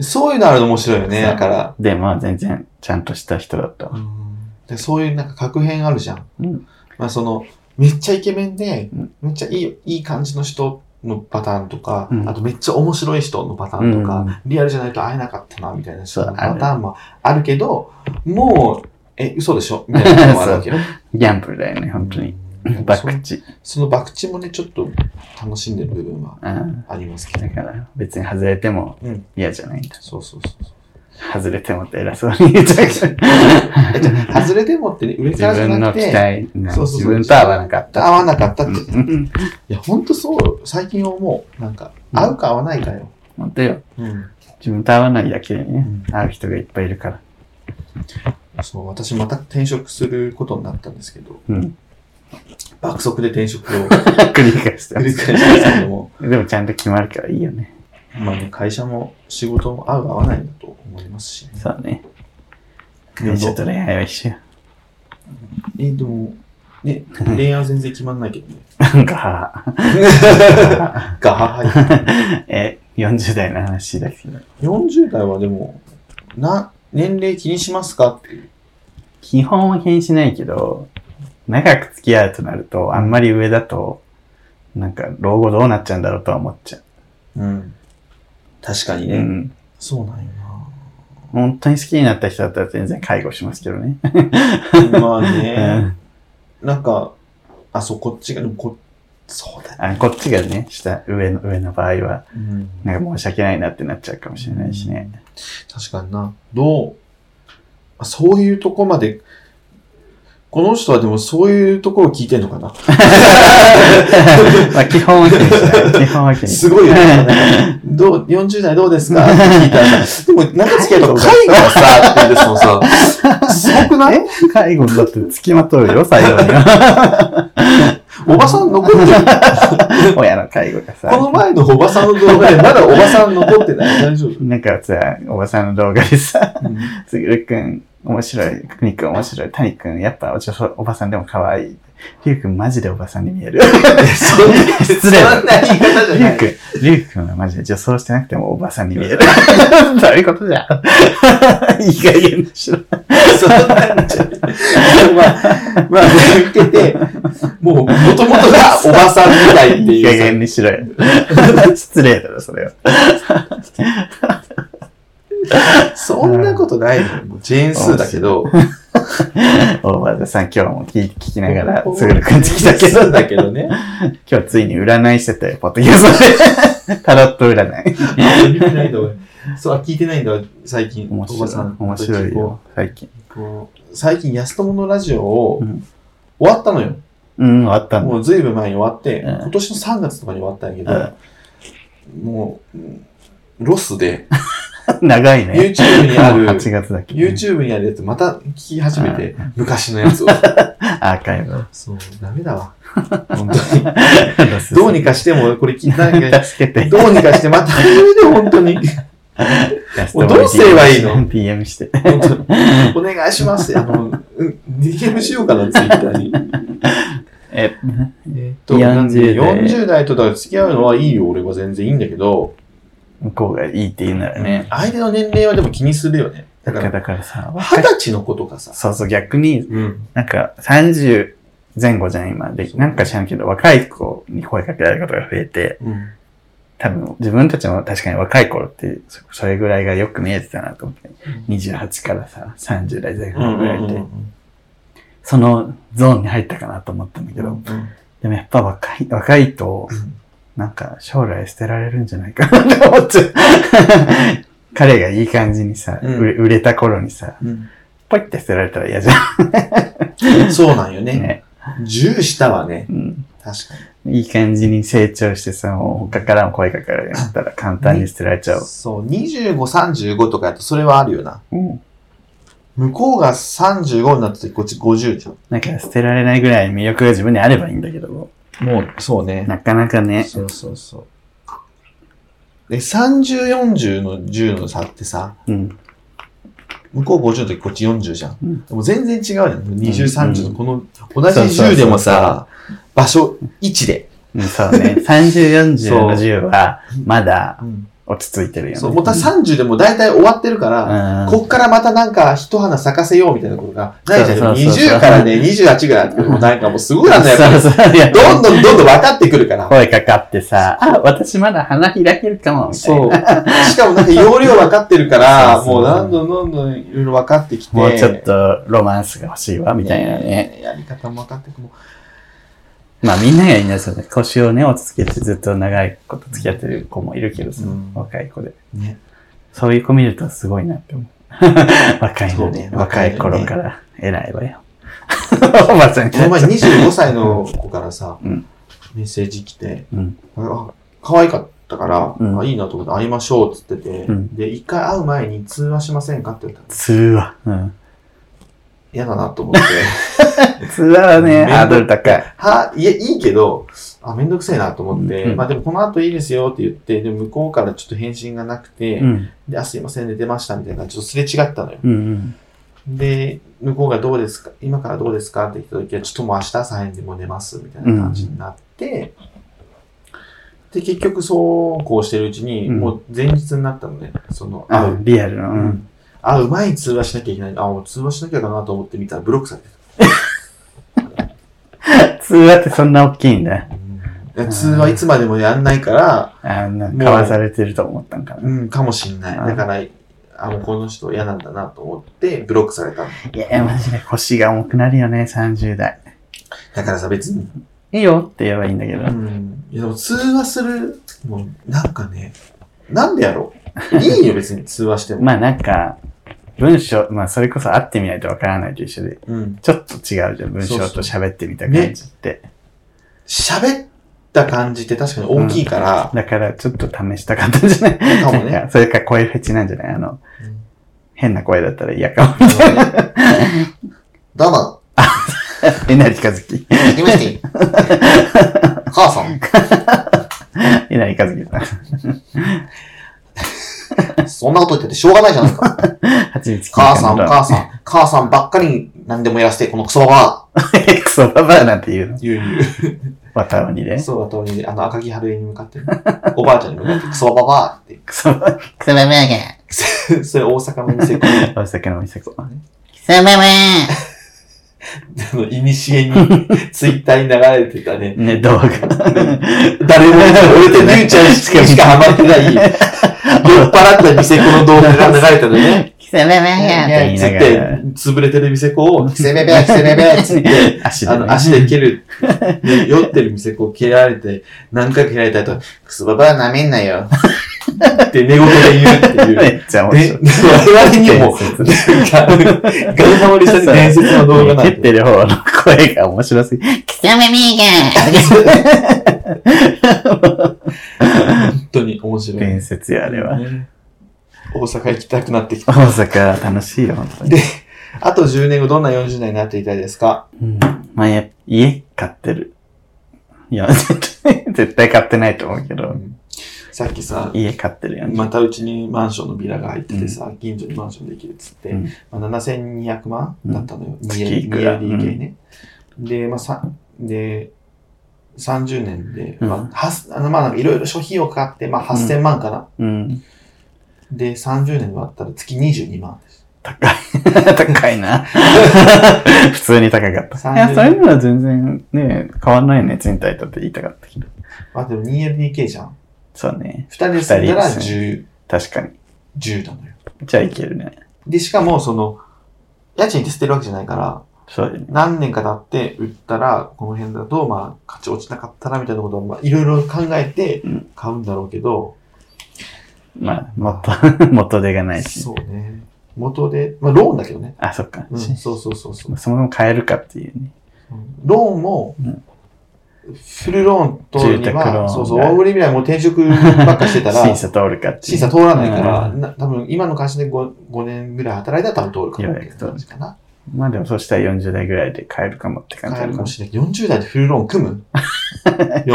Speaker 2: そういうのあるの面白いよね、
Speaker 1: そう
Speaker 2: だから。
Speaker 1: で、まあ全然ちゃんとした人だったわ。
Speaker 2: でそういうなんか格変あるじゃん。
Speaker 1: うん
Speaker 2: まあその、めっちゃイケメンで
Speaker 1: うん、
Speaker 2: めっちゃいい、いい感じの人のパターンとか、
Speaker 1: うん
Speaker 2: あとめっちゃ面白い人のパターンとか、
Speaker 1: うん
Speaker 2: リアルじゃないと会えなかったな、みたいな人の
Speaker 1: そうあ
Speaker 2: パ
Speaker 1: る
Speaker 2: ターンもあるけど、もう、え、嘘でしょみたいなのもある わけよ。
Speaker 1: ギャンブルだよね、本当に。
Speaker 2: うん
Speaker 1: バクチ。
Speaker 2: その博打もね、ちょっと楽しんでる部分は
Speaker 1: うん
Speaker 2: ありますけど
Speaker 1: だ
Speaker 2: ね。
Speaker 1: から、別に外れても
Speaker 2: うん
Speaker 1: 嫌じゃないんだ。
Speaker 2: そうそうそうそう。
Speaker 1: 外れてもって偉そうに言っ ちゃうけど。
Speaker 2: えじゃあ外れてもってね、上
Speaker 1: 自
Speaker 2: からじゃ
Speaker 1: 分
Speaker 2: な
Speaker 1: の
Speaker 2: く
Speaker 1: 期
Speaker 2: て、
Speaker 1: 待、な
Speaker 2: そうそう
Speaker 1: 自
Speaker 2: そう
Speaker 1: 分と合わなかった。
Speaker 2: 合わなかったって。い
Speaker 1: うん
Speaker 2: や、ほんとそう、最近思う。なんか、
Speaker 1: うん
Speaker 2: 合うか合わないかよ。
Speaker 1: 本当よ。
Speaker 2: うん。
Speaker 1: 自分と合わないだけでね
Speaker 2: うん、
Speaker 1: 合う人がいっぱいいるから。
Speaker 2: そう、私また転職することになったんですけど、
Speaker 1: うん。
Speaker 2: 爆速で転職 を
Speaker 1: 繰り返してま
Speaker 2: 繰り
Speaker 1: す。
Speaker 2: 返しますけども、
Speaker 1: でもちゃんと決まるからいいよね。
Speaker 2: まあね、会社も仕事も合う合わないんだと思いますしね。
Speaker 1: そうね。会社と恋愛は一緒よ。
Speaker 2: え、でも、ね、恋愛は全然決まんないけど ね。
Speaker 1: なんか、
Speaker 2: が、はい。
Speaker 1: え、40代の話だけど。
Speaker 2: 40代はでも、な、年齢気にしますかっていう。
Speaker 1: 基本は気にしないけど、長く付き合うとなると、あんまり上だと、なんか、老後どうなっちゃうんだろうとは思っちゃ
Speaker 2: うん。確か
Speaker 1: う。
Speaker 2: にね。
Speaker 1: うん。
Speaker 2: そうなんよな。
Speaker 1: 本当に好きになった人だったら全然介護しますけどね。
Speaker 2: まあ
Speaker 1: う
Speaker 2: ね、
Speaker 1: ん
Speaker 2: なんか、あ、そう、こっちが、でもこそうだよ、
Speaker 1: あのこっちがね、下、上の、上の場合は、
Speaker 2: うん
Speaker 1: なんか申し訳ないなってなっちゃうかもしれないしね。
Speaker 2: 確かにな。どう、あそういうとこまで、この人はでもそういうところを聞いてんのかな
Speaker 1: まあ基本は気にしない。基本は気にし
Speaker 2: すごいよね。 どう、40代どうですかって聞いたらさ、でも、長付き合いとか介護はさ、って言うんですもんさ、すごくな
Speaker 1: ないい。え介護だって付きまとうよ、最後には。
Speaker 2: おばさん残ってる。
Speaker 1: 親の介護がさ。
Speaker 2: この前のおばさんの動画で、まだおばさん残ってない。大丈夫。
Speaker 1: なんかさ、おばさんの動画でさ、
Speaker 2: うん
Speaker 1: すぐるくん、面白い、くにくん面白い、たにくん、やっぱおちょそおばさんでも可愛い。りゅうくんマジでおばさんに見える。
Speaker 2: そんな
Speaker 1: 失礼だ
Speaker 2: そんな言い方じゃ
Speaker 1: りゅ
Speaker 2: な
Speaker 1: う
Speaker 2: い。
Speaker 1: くん、りゅうくんはマジで女装してなくてもおばさんに 見える。どういうことじゃいい加減にしろ。
Speaker 2: そんなんじゃまあ、まあ、受けて、もう、もともとがおばさんみたいって
Speaker 1: いい加
Speaker 2: いう。
Speaker 1: 減にしろ よ。失礼だろ、それは。
Speaker 2: そんなことないのよ。もうジェーンスーだけど。
Speaker 1: 大和田さん、今日も聞い聞きながら、すぐるくんち来たけ
Speaker 2: ジェーンス
Speaker 1: ど
Speaker 2: ー、だけどね。
Speaker 1: 今日ついに占いしてたよ、ポッドキャストで。タロット占い。
Speaker 2: 聞いてないんだ、俺。そう、あ聞いてないんだ、最近。
Speaker 1: 面
Speaker 2: おばさ
Speaker 1: 白
Speaker 2: ん
Speaker 1: い。。面白いよ、最近。
Speaker 2: こう。最近、安友のラジオを
Speaker 1: うん
Speaker 2: 終わったのよ。
Speaker 1: うん、あったんだ。
Speaker 2: もうずいぶん前に終わって、
Speaker 1: うん
Speaker 2: 今年の3月とかに終わったんやけど、もう、うんロスで、
Speaker 1: 長いね。
Speaker 2: YouTube にあ る、
Speaker 1: 8月だっけ。
Speaker 2: YouTube にあるやつまた聞き始めて、昔の やつを。
Speaker 1: アーカイ ブ。
Speaker 2: そう、ダメ だわ。本当に。どうにかしても、これ聞いたん やけ
Speaker 1: 助けて。
Speaker 2: ど、どうにかしてまた始めて、 本当に。もうどうすればいいの
Speaker 1: ?PM して。
Speaker 2: 本当にお願いします。あの、うん、DM しようかな、ツイッターに。
Speaker 1: え、
Speaker 2: えっと、
Speaker 1: 40
Speaker 2: なんで
Speaker 1: 代
Speaker 2: 40代とだから付き合うのはいいよ、俺は全然いいんだけど、
Speaker 1: 向こうがいいって言うならね。
Speaker 2: 相手の年齢はでも気にするよね。だ
Speaker 1: だか
Speaker 2: か
Speaker 1: ら
Speaker 2: ら、
Speaker 1: だからさ、
Speaker 2: 二十歳の子とかさ。
Speaker 1: そうそう、逆に、
Speaker 2: うん。
Speaker 1: なんか30前後じゃん、今。で、
Speaker 2: そう
Speaker 1: なんか知らんけど、若い子に声かけられることが増えて、
Speaker 2: うん。
Speaker 1: 多分自分たちも確かに若い頃って、そそれぐらいがよく見えてたなと思って。28からさ、30代前
Speaker 2: うん
Speaker 1: 後ぐらい
Speaker 2: うんうんう
Speaker 1: で、
Speaker 2: ん
Speaker 1: そのゾーンに入ったかなと思ったんだけど、でもやっぱ若い、若いと、なんか将来捨てられるんじゃないかなって思っちゃう。彼がいい感じにさ、
Speaker 2: うん
Speaker 1: 売れ売れた頃にさ、
Speaker 2: うん
Speaker 1: ポイって捨てられたら嫌じゃ
Speaker 2: うんそうなんよ
Speaker 1: ん
Speaker 2: ね。
Speaker 1: ね。
Speaker 2: 10下はね、
Speaker 1: うん。
Speaker 2: 確かに。
Speaker 1: いい感じに成長してさ、もう他からも声かかるようになったら簡単に捨てられちゃう。
Speaker 2: そう、25、35とかやとそれはあるよな。
Speaker 1: うん。
Speaker 2: 向こうが35になった時、こっち50じゃん。
Speaker 1: なんか捨てられないぐらい魅力が自分にあればいいんだけど、
Speaker 2: もう、そうね。
Speaker 1: なかなかね、
Speaker 2: そうそうそう。で、30、40の10の差ってさ、
Speaker 1: うん。
Speaker 2: 向こう50の時、こっち40じゃん。
Speaker 1: うん
Speaker 2: でも全然違うじゃん。20、30のこの、同じ
Speaker 1: そうそうそう
Speaker 2: 10でもさ、場所、位置で。
Speaker 1: うんそうね。30、40の10は、まだ、
Speaker 2: うん
Speaker 1: 落ち着いてるよね。
Speaker 2: そう、もうた30でもう大体終わってるから、
Speaker 1: うん
Speaker 2: こっからまたなんか一花咲かせようみたいなことがないじゃ
Speaker 1: そ
Speaker 2: ん。
Speaker 1: うそうそう
Speaker 2: 20からね、28ぐらいってもうなんかもうすごいなんだよ。やっぱり
Speaker 1: そうそういや
Speaker 2: どんどんどんどん分かってくるから。
Speaker 1: 声かかってさ、あ、私まだ花開けるかも、みたい
Speaker 2: そう。
Speaker 1: な。
Speaker 2: しかもなんか容量分かってるから、
Speaker 1: そうそ
Speaker 2: も
Speaker 1: う
Speaker 2: うどんどんどんどんいろいろ分かってきて。
Speaker 1: もうちょっとロマンスが欲しいわ、みたいなね。
Speaker 2: え。やり方も分かってくる。も
Speaker 1: まあみんながいないですよね。腰をね、落ち着けてずっと長いこと付き合ってる子もいるけどさ、
Speaker 2: うん
Speaker 1: 若い子で。
Speaker 2: うね。
Speaker 1: そういう子見るとすごいなって思う。 若い
Speaker 2: そ
Speaker 1: の
Speaker 2: う
Speaker 1: ね
Speaker 2: ね
Speaker 1: 若い頃から偉いわよ。 おばあちゃんみ
Speaker 2: こ
Speaker 1: た
Speaker 2: の
Speaker 1: いな
Speaker 2: 前25歳の子からさ、
Speaker 1: うん
Speaker 2: メッセージ来て、
Speaker 1: うん。
Speaker 2: あ可愛かったから、
Speaker 1: うん
Speaker 2: あいいなと思って会いましょうっつってて、
Speaker 1: うん
Speaker 2: で、一回会う前に通話しませんかって言ったら、
Speaker 1: 通話。うん。
Speaker 2: 嫌だなと思って。
Speaker 1: 通話はね、
Speaker 2: 面倒
Speaker 1: ハードル高い。
Speaker 2: は、いや、いいけど、あ、めんどくせえなと思って、
Speaker 1: うん
Speaker 2: まあでもこの後いいですよって言って、でも向こうからちょっと返信がなくて、
Speaker 1: うん。
Speaker 2: で、あ、すいません、寝てましたみたいな、ちょっとすれ違ったのよ。
Speaker 1: うんうん。
Speaker 2: で、向こうがどうですか、今からどうですかって来た時は、ちょっともう明日朝早いんでもう寝ますみたいな感じになって、で、結局そうこうしてるうちに、
Speaker 1: うん
Speaker 2: もう前日になったのね、その、会
Speaker 1: あ
Speaker 2: う、。
Speaker 1: リアルの。う。
Speaker 2: うんん会う前に通話しなきゃいけない。あ、もう通話しなきゃだなと思ってみたらブロックされて
Speaker 1: 通話ってそんな大きいんだ。
Speaker 2: た。いや通話いつまでもやんないから、
Speaker 1: あんな、かわされてると思ったんかな。
Speaker 2: うん、かもしんない。
Speaker 1: うん
Speaker 2: だから、あ、もうこの人嫌なんだなと思って、ブロックされたの。
Speaker 1: いや、マジで腰が重くなるよね、30代。
Speaker 2: だからさ、別に。
Speaker 1: いいよって言えばいいんだけど
Speaker 2: う。ん。いや、でも通話する、もう、なんかね、なんでやろ う。いいよ、別に通話しても。
Speaker 1: まあなんか、文章、まあそれこそ会ってみないとわからないと一緒で、
Speaker 2: うん。
Speaker 1: ちょっと違うじゃん、文章と喋ってみた感じって。
Speaker 2: 喋った感じって確かに大きいから、
Speaker 1: だからちょっと試したかったんじゃない
Speaker 2: かもね
Speaker 1: なんかそれか声フェチなんじゃないあの、
Speaker 2: うん
Speaker 1: 変な声だったら嫌かも。
Speaker 2: どうも、
Speaker 1: えなりかずき。
Speaker 2: いきまして。母さん。
Speaker 1: えなりかずきさん。
Speaker 2: そんなこと言っててしょうがないじゃないか。
Speaker 1: はちみつ
Speaker 2: 母さん、
Speaker 1: か
Speaker 2: 母さん、母さんばっかりに何でもやらせて、このクソババ
Speaker 1: ん。クソババアなんて言うの
Speaker 2: ア。言う言う。
Speaker 1: わたおにで。
Speaker 2: そうだとに、あの、赤木春江に向かってね、 おばあちゃんに向かって、クソババアって
Speaker 1: クソババア。
Speaker 3: クソババアが、
Speaker 2: 言って、そ れ大阪の店で、
Speaker 1: お酒のお店こ。
Speaker 3: クソババ
Speaker 2: あの、いにし えに、ツイッターに流れてた ね、
Speaker 1: ね、動画。
Speaker 2: 誰も俺とりゅうちゃんしかしかハマって ない、酔っ払った店子の動画が流れたのね、
Speaker 3: ア、クソババア
Speaker 1: や
Speaker 3: が、
Speaker 1: や
Speaker 2: つって、潰れてる店子を、キセベベ、キセベベ、つって、
Speaker 1: 足
Speaker 2: あ
Speaker 1: でね。
Speaker 2: の、足で蹴る、ね酔ってる店子を蹴られて、何回か蹴られた後、 クソババア舐めんなよ。って寝言で言うって いう。
Speaker 1: めっちゃ面
Speaker 2: で、
Speaker 1: 白い
Speaker 2: 我。々にも、
Speaker 1: 伝
Speaker 2: ガンハマりした伝説の動画なん
Speaker 1: て
Speaker 2: で。
Speaker 1: る方の声が面白すぎて。
Speaker 3: クソババアが、
Speaker 2: 本当に面白い。
Speaker 1: 伝説や、あれは。
Speaker 2: ね。大阪行きたくなってきた。
Speaker 1: 大阪楽しいよ、本当に。
Speaker 2: あと10年後どんな40代になっていたいですか
Speaker 1: うん、まあ、や家買ってる。いや、 絶対、絶対買ってないと思うけど、
Speaker 2: さっきさ、
Speaker 1: 家買ってるよね。
Speaker 2: またうちにマンションのビラが入っててさ、近所にマンションできるっつって、
Speaker 1: うん
Speaker 2: まあ、7200万だったのよ。
Speaker 1: うん
Speaker 2: 2L-
Speaker 1: 月いくら
Speaker 2: 2LDK ね。で、まあさ、で、30年で、
Speaker 1: うん
Speaker 2: まあ、はすあの、まあ、なんかいろいろ諸費用かかって、まあ、8000万かな。
Speaker 1: うん。
Speaker 2: で、30年割ったら月22万です。
Speaker 1: 高い。 高い な。普通に高かった。いや、
Speaker 2: 30
Speaker 1: それなら全然ね、変わんないね、賃貸だって言いたかったけど。
Speaker 2: まあでも 2LDK じゃん。
Speaker 1: そうね。
Speaker 2: 二人で住んだら
Speaker 1: 二人です
Speaker 2: 10、
Speaker 1: 確かに。
Speaker 2: 10なのよ。
Speaker 1: じゃあいけるね。
Speaker 2: で、しかもその、家賃って捨てるわけじゃないから、
Speaker 1: そうだよね。
Speaker 2: 何年か経って売ったら、この辺だと、まあ、価値落ちなかったらみたいなことを、まあ、いろいろ考えて
Speaker 1: うん
Speaker 2: 買うんだろうけど、
Speaker 1: まあ、 元、元手がないし。
Speaker 2: そうね。元で、まあ、ローンだけどね。
Speaker 1: あ、そっか。
Speaker 2: うん、
Speaker 1: し
Speaker 2: そうそうそうそ
Speaker 1: そうも。そも買えるかっていうね。
Speaker 2: ローンも
Speaker 1: うん、
Speaker 2: フルローンとに
Speaker 1: 住宅ローン
Speaker 2: は、
Speaker 1: が
Speaker 2: そうそう、大売り未来もう転職ばっかして たら、
Speaker 1: 審査通るかっていう
Speaker 2: 審査通らないから、
Speaker 1: うん
Speaker 2: な多分今の会社で 5, 5年ぐらい働いたら多分通るかもって感じかな。
Speaker 1: まあでもそしたら40代ぐらいで買えるかもって感じだ
Speaker 2: 買えるか
Speaker 1: な
Speaker 2: もしれないけど、40代でフルローン組 む ?40。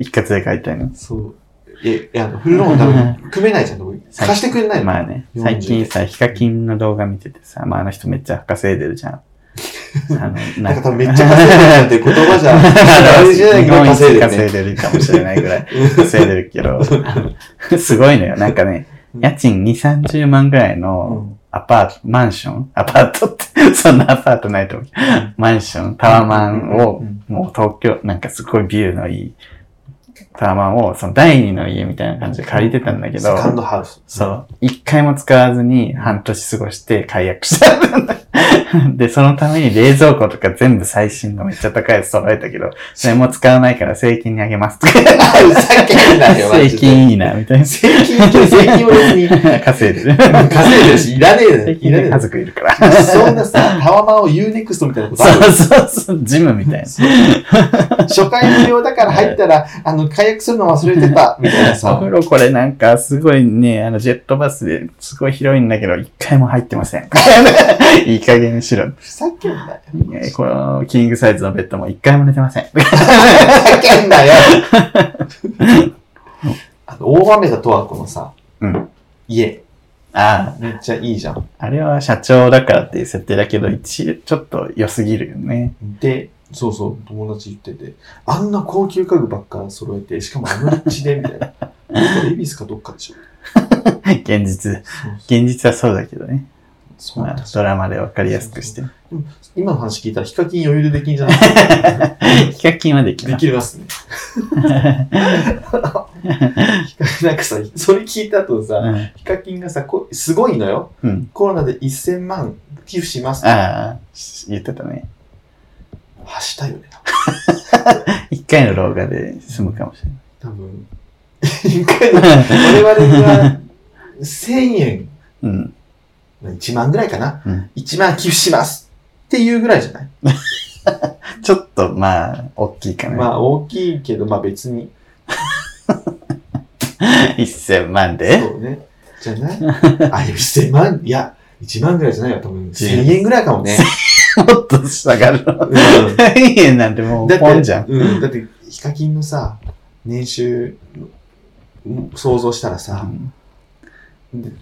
Speaker 1: 一括で買いたいの。
Speaker 2: そう。いや、いやフルローン多分 組めないじゃん、多分貸してくれないの。
Speaker 1: まあね、最近さ、ヒカキンの動画見ててさ、まああの人めっちゃ稼いでるじゃん。あの、
Speaker 2: なんか多分めっちゃ稼いでるなんて言葉じゃ、 あれじゃな
Speaker 1: 日
Speaker 2: いけど
Speaker 1: 本一
Speaker 2: 稼いで
Speaker 1: 稼い。で
Speaker 2: るね
Speaker 1: るかもしれないぐらい稼いでるけど、あのすごいのよ。なんかね、家賃2、30万ぐらいのアパート、マンションアパートって、 そんなアパートないと思う。マンション、タワマン
Speaker 2: う
Speaker 1: を
Speaker 2: ん、
Speaker 1: もう東京、なんかすごいビューのいいタワマンを、その第二の家みたいな感じで借りてたんだけど
Speaker 2: セ、カンドハウス。
Speaker 1: そう。一回も使わずに半年過ごして解約した。 で、そのために冷蔵庫とか全部最新のめっちゃ高いやつ揃えたけど、それも使わないから税金にあげますとか。
Speaker 2: あ、ふざ けんなよ、マ
Speaker 1: 税
Speaker 2: ジで。
Speaker 1: 金いいな、みたいな。
Speaker 2: 税金って、税金を別 に。
Speaker 1: 稼いでる。
Speaker 2: 稼いでるし、いらねえだ
Speaker 1: 税金
Speaker 2: よ。いらね
Speaker 1: で
Speaker 2: え
Speaker 1: 家
Speaker 2: だよ。
Speaker 1: 族いるから。
Speaker 2: そんなさ、タワマンを UNEXT みたいなことある
Speaker 1: そうそうそう、ジムみたい
Speaker 2: そう初回無料だから入ったら、あの、解約するの忘れて た、みたいな
Speaker 1: な。お
Speaker 2: さ
Speaker 1: 風。呂これなんかすごいね、あのジェットバスですごい広いんだけど、一回も入ってません。 いい加減にしろ。
Speaker 2: ふざけんなよ。
Speaker 1: えーこのキングサイズのベッドも一回も寝てません。
Speaker 2: ふざけん なよ。あの、大雨だとはこのさ、
Speaker 1: うん。
Speaker 2: 家、
Speaker 1: あ
Speaker 2: めっちゃいいじゃん。
Speaker 1: あ、あれは社長だからっていう設定だけど、一ちょっと良すぎるよね。
Speaker 2: で、そうそう、友達言ってて、あんな高級家具ばっか揃えて、しかもあの立地で、みたい な。これ恵比寿かどっかでしょ。
Speaker 1: 現実。
Speaker 2: そう
Speaker 1: 現実はそうだけどね。
Speaker 2: そうそう
Speaker 1: まあ、ドラマでわかりやすくして。
Speaker 2: 今の話聞いたら、ヒカキン余裕でできんじゃない
Speaker 1: ヒカキンはでき
Speaker 2: で
Speaker 1: ない。
Speaker 2: きますね。なんかさ、それ聞いた後さ、
Speaker 1: うん
Speaker 2: ヒカキンがさ、こすごいのよ。
Speaker 1: うん。
Speaker 2: コロナで1000万寄付します。は
Speaker 1: ああ、し言ってたね。
Speaker 2: したよね。
Speaker 1: 一回の動画で済むかもしれない。
Speaker 2: 多分。一回の我々には1000円、
Speaker 1: うん。
Speaker 2: 1万ぐらいかな。
Speaker 1: うん
Speaker 2: 1万寄付しますっていうぐらいじゃない、
Speaker 1: ちょっと、まあ、大きいかな。
Speaker 2: まあ大きいけど、まあ別に。
Speaker 1: 1000万で
Speaker 2: そうね。じゃないあ、いや1000万、いや、1万ぐらいじゃないよ。多分1000円ぐらいかもね。
Speaker 1: もっと下がるの。
Speaker 2: うん
Speaker 1: 1000円なんてもう、ポンじゃ ん。
Speaker 2: うん、だって、ヒカキンのさ、年収、うん想像したらさ、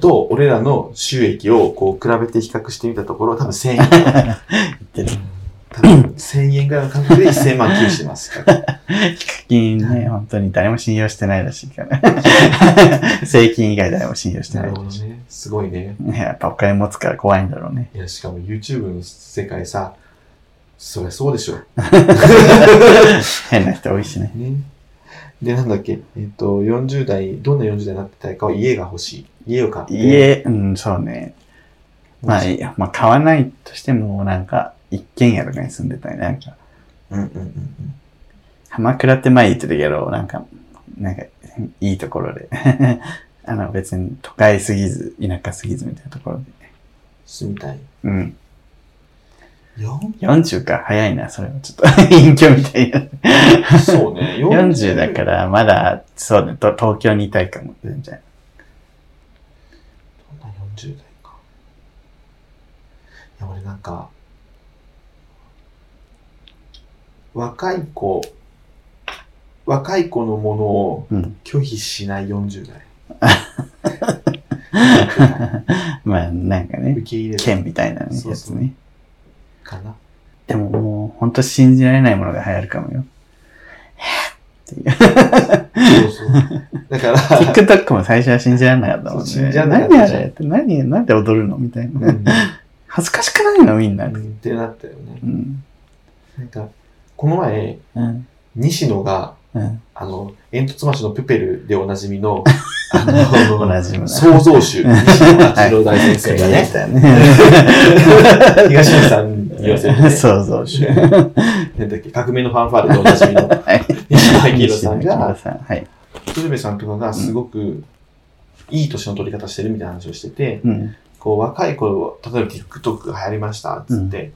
Speaker 2: と、俺らの収益をこう比べて比較してみたところ、多分1000 円。
Speaker 1: 言ってる
Speaker 2: 多分1000円ぐらいの感覚で1000万寄付してます。ヒカキ ン
Speaker 1: ヒカキンね、本当に誰も信用してないらしいから。 税金以外誰も信用して
Speaker 2: な
Speaker 1: ない
Speaker 2: る。ほどね。すごいね。
Speaker 1: ねやっぱお金持つから怖いんだろう ね。
Speaker 2: いや、しかも YouTube の世界さ、そりゃそうでしょ。
Speaker 1: 変な人多いしね。
Speaker 2: ね。で、なんだっけ、えっと、40代、どんな40代になってたいかは家が欲しい。家を買って。
Speaker 1: 家、うん、そうね。まあ、いやまあ、買わないとしても、なんか、一軒家とかに住んでたり、なんか、
Speaker 2: うんうんうんうん。
Speaker 1: 鎌倉って前言ってたけど、なんか、なんか、いいところで。 あの、別に都会すぎず、田舎すぎずみたいなところで。
Speaker 2: 住みたい。
Speaker 1: うん。
Speaker 2: よ
Speaker 1: 40か、早いな、それはちょっと。 隠居みたいな。
Speaker 2: そう ね。。
Speaker 1: 40だからら、まだ、そうね、と東京にいたいかも、全然。
Speaker 2: どんな40代か。いや、俺なんか、若い子、若い子のものを
Speaker 1: うん。
Speaker 2: 拒否しない40代。
Speaker 1: まあ、なんか
Speaker 2: 受
Speaker 1: ね、
Speaker 2: け入れる
Speaker 1: 剣みたいなね
Speaker 2: そう
Speaker 1: やつ
Speaker 2: そう
Speaker 1: ね。
Speaker 2: かな。
Speaker 1: でももう、ほんと信じられないものが流行るかもよ。
Speaker 2: そうそう。だから、
Speaker 1: TikTok も最初は信じられなかったもんね。
Speaker 2: そう信じられなかった
Speaker 1: 何あれって、何、なんで踊るのみたいな。
Speaker 2: うん
Speaker 1: 恥ずかしくないのみんな。う。
Speaker 2: うんんってなったよね。
Speaker 1: うん。
Speaker 2: なんか、この前、
Speaker 1: うん。
Speaker 2: 西野が、
Speaker 1: うん、
Speaker 2: あの、煙突町のプペルでおなじみの、あの、
Speaker 1: おなじみな。
Speaker 2: 創造主、西野八郎大先生がね、東野さんに言わせると ね、
Speaker 1: そうそう。
Speaker 2: なんだっけ、革命のファンファーレでおなじみの
Speaker 1: はい。
Speaker 2: 西野明宏さん
Speaker 1: 西野明
Speaker 2: が、
Speaker 1: 宏さんはい。
Speaker 2: 鶴瓶さんとかがすごくいい年の取り方してるみたいな話をしてて、
Speaker 1: うん。
Speaker 2: こう若い頃、例えば TikTok が流行りましたっつって、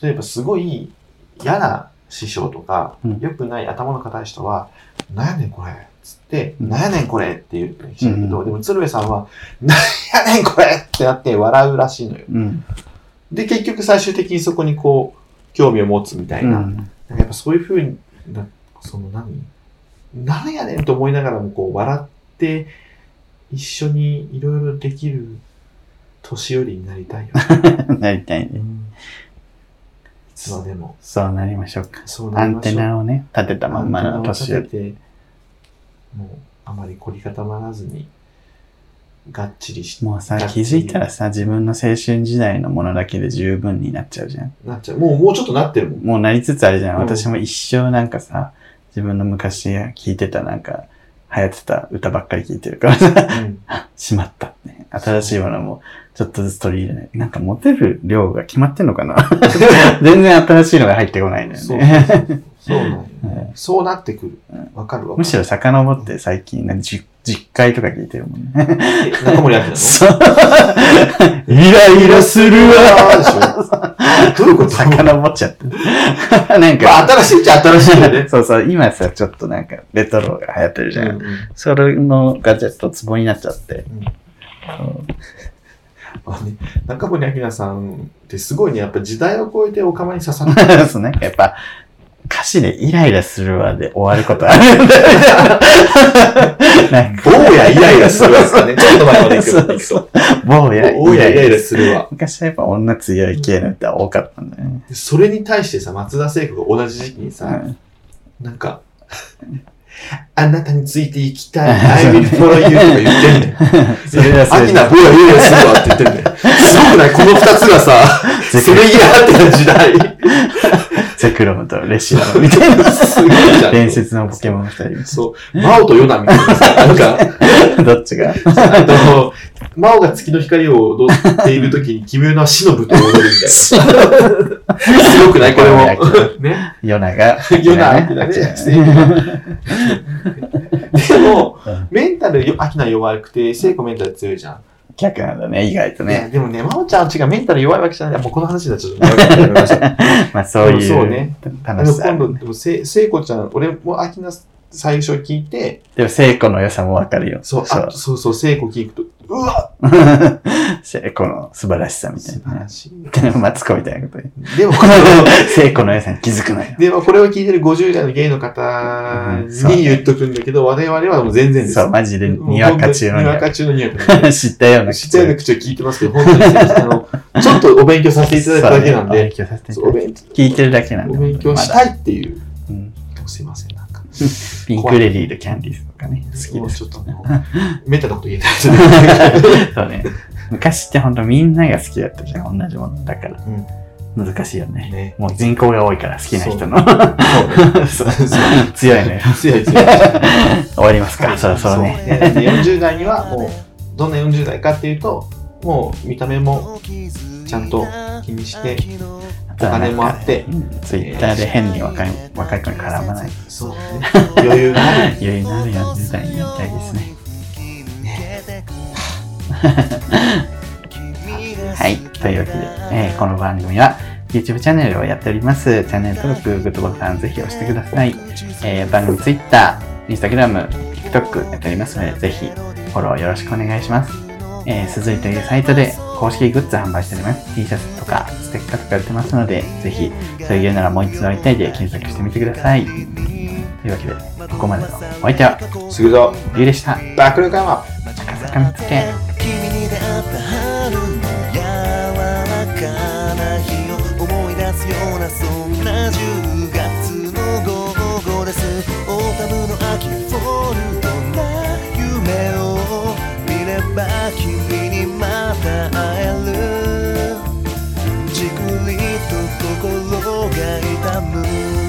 Speaker 2: 例えばすごい嫌な師匠とか、
Speaker 1: うん
Speaker 2: 良くない頭の硬い人は、なんやねんこれっつって、
Speaker 1: うん
Speaker 2: なんやねんこれって言う人いるけど、
Speaker 1: うん
Speaker 2: でも鶴瓶さんは、なんやねんこれってなって笑うらしいのよ。
Speaker 1: うん。
Speaker 2: で、結局最終的にそこにこう、興味を持つみたいうな。
Speaker 1: ん。
Speaker 2: なんかやっぱそういうふうに、なその何なんやねんと思いながらもこう笑って、一緒にいろいろできる年寄りになりたいよね。
Speaker 1: なりたいね。
Speaker 2: そう、でも。
Speaker 1: そうなりましょうか。
Speaker 2: そう
Speaker 1: ア
Speaker 2: なり
Speaker 1: ン
Speaker 2: まし
Speaker 1: テ
Speaker 2: ょう
Speaker 1: ナをね、立てたまんまの年
Speaker 2: を
Speaker 1: 寄
Speaker 2: 立
Speaker 1: り。
Speaker 2: てて、もう、あまり凝り固まらずに、がっちりし
Speaker 1: もうさ、気づいたらさ、自分の青春時代のものだけで十分になっちゃうじゃん。
Speaker 2: なっちゃう。もう、もうちょっとなっ てるもん。
Speaker 1: もうなりつつあるじゃん。
Speaker 2: うん
Speaker 1: 私も一生なんかさ、自分の昔聴いてたなんか、流行ってた歌ばっかり聴いてるから さ、
Speaker 2: うん。
Speaker 1: しまったってね。新しいものも、ちょっとずつ取り入れない。なんかモテる量が決まってんのかな 全然新しいのが入ってこないんだよ
Speaker 2: そう
Speaker 1: ね。
Speaker 2: そうそうそう なんよね。そうなってくる
Speaker 1: うん。
Speaker 2: わかるわ。
Speaker 1: むしろ遡って最近、なんか 10, 10回とか聞いてるもんね。
Speaker 2: え中森明菜の
Speaker 1: そう。 イライラするわ。
Speaker 2: で しょどういう こと
Speaker 1: 遡っちゃって。なん
Speaker 2: ま
Speaker 1: か
Speaker 2: あ、、新しいっちゃ新しいよね。
Speaker 1: そうそう、今さ、ちょっとなんか、レトロが流行ってるじゃん。
Speaker 2: うんうん
Speaker 1: それのガチャッとツボになっちゃって。
Speaker 2: まあね、中森明菜さんってすごいね、やっぱ時代を超えてお釜に刺さった。
Speaker 1: そうね。やっぱ、歌詞でイライラするわで終わることあるんだよ。なんか
Speaker 2: 坊やイライラするわです かね。ちょっと前まで行く行くと。
Speaker 1: 坊や、
Speaker 2: 坊やイライラするわ。
Speaker 1: 昔はやっぱ女強い系の歌多かったんだよね。
Speaker 2: それに対してさ、松田聖子が同じ時期にさ、なんか、あなたについていきたい、I will follow you とか言ってんねん。
Speaker 1: それはそれ
Speaker 2: アキナ、ボヤイライラするわって言ってるね。すごくないこの二つがさ、せめぎ合ってた時代。
Speaker 1: ゼクロムとレシアムみたい な。
Speaker 2: すごいじゃん。
Speaker 1: 伝説のポケモン二
Speaker 2: そう。マオとヨナみたいなさ、なんか、
Speaker 1: 人。 どっちが
Speaker 2: あの、マオが月の光を踊っている時に奇妙な死の舞と踊るみたいな。すごくないこれも。ね。
Speaker 1: ヨナが。
Speaker 2: ヨナ、アキナ
Speaker 1: ア
Speaker 2: ね。
Speaker 1: キナ
Speaker 2: 聖子がでも
Speaker 1: うん、
Speaker 2: メンタルよ、アキナ弱くて、聖子メンタル強いじゃん。
Speaker 1: 逆なんだね、意外と
Speaker 2: いや
Speaker 1: ね。
Speaker 2: でもね、まおちゃんは違う、メンタル弱いわけじゃない。もうこの話になっちゃった。長くなりました
Speaker 1: まあそうい
Speaker 2: でもそうね
Speaker 1: う楽しさあ
Speaker 2: でも今
Speaker 1: る
Speaker 2: 度、でもせ、聖子ちゃん、俺も秋菜最初聞いて、
Speaker 1: でも、聖子の良さもわかるよ。
Speaker 2: そう、
Speaker 1: そ
Speaker 2: あ
Speaker 1: う。
Speaker 2: そうそう、聖子聞くと、うわ
Speaker 1: 聖子の素晴らしさみた
Speaker 2: 素
Speaker 1: い
Speaker 2: 晴ら
Speaker 1: な。
Speaker 2: し い。
Speaker 1: マツコみたいなことに。
Speaker 2: でも、この
Speaker 1: 聖子の良さに気づくなよ。
Speaker 2: でもこれを聞いてる50代のゲイの方
Speaker 1: うんそう
Speaker 2: に言っとくんだけど、我々はもう全然です。
Speaker 1: そう、マジで、にわか中の
Speaker 2: に
Speaker 1: に
Speaker 2: わ
Speaker 1: わ
Speaker 2: か中のにわか
Speaker 1: か。 知ったような
Speaker 2: 知ったような口を聞いてますけど、本当にあの、ちょっとお勉強させていただいただけなん で、
Speaker 1: そうねお勉強させてい
Speaker 2: そ
Speaker 1: た
Speaker 2: うお
Speaker 1: だいて
Speaker 2: 勉
Speaker 1: 聞いてるだけなん
Speaker 2: お
Speaker 1: で。
Speaker 2: 勉強したいっていう、
Speaker 1: まだうん
Speaker 2: すいません、なんか。
Speaker 1: ピンクレディーとキャンディーズとかね、好きで
Speaker 2: もう
Speaker 1: す
Speaker 2: ちょ。っ ともう、メタなこと言えない。
Speaker 1: そうね。昔ってほんとみんなが好きだったじゃん、同じものだから。
Speaker 2: うん
Speaker 1: 難しいよね。
Speaker 2: ね
Speaker 1: もう人口が多いから好きな人の。 そう
Speaker 2: そう
Speaker 1: 強いね。
Speaker 2: 強い強い。
Speaker 1: 終わりますか、そろそろね。
Speaker 2: そうねで40代にはもうどんな40代かっていうともう見た目もちゃんと気にして
Speaker 1: お
Speaker 2: 金もあって
Speaker 1: ツイッターで変に若い若い子に絡まない。
Speaker 2: そう、ね、余裕がある
Speaker 1: 余裕のある40代になりたいですね。はい。というわけで、えーこの番組は YouTube チャンネルをやっております。チャンネル登録、グッドボタンぜひ押してください。えー番組 Twitter、Instagram、TikTok やっておりますので、ぜひフォローよろしくお願いします。えー、鈴井というサイトで公式グッズ販売しております。T シャツとかステッカーとか売ってますので、ぜひ、そういうならもう一度会いたいで検索してみてください。というわけで、ここまでのお相手は、
Speaker 2: すぐぞ
Speaker 1: ゆうでした。
Speaker 2: 爆力山
Speaker 1: 赤坂見つけ。
Speaker 4: 君に出会った春の柔らかな日を思い出すようなそんな10月の午後ですオータムの秋フォルトな夢を見れば君にまた会えるじくりと心が痛む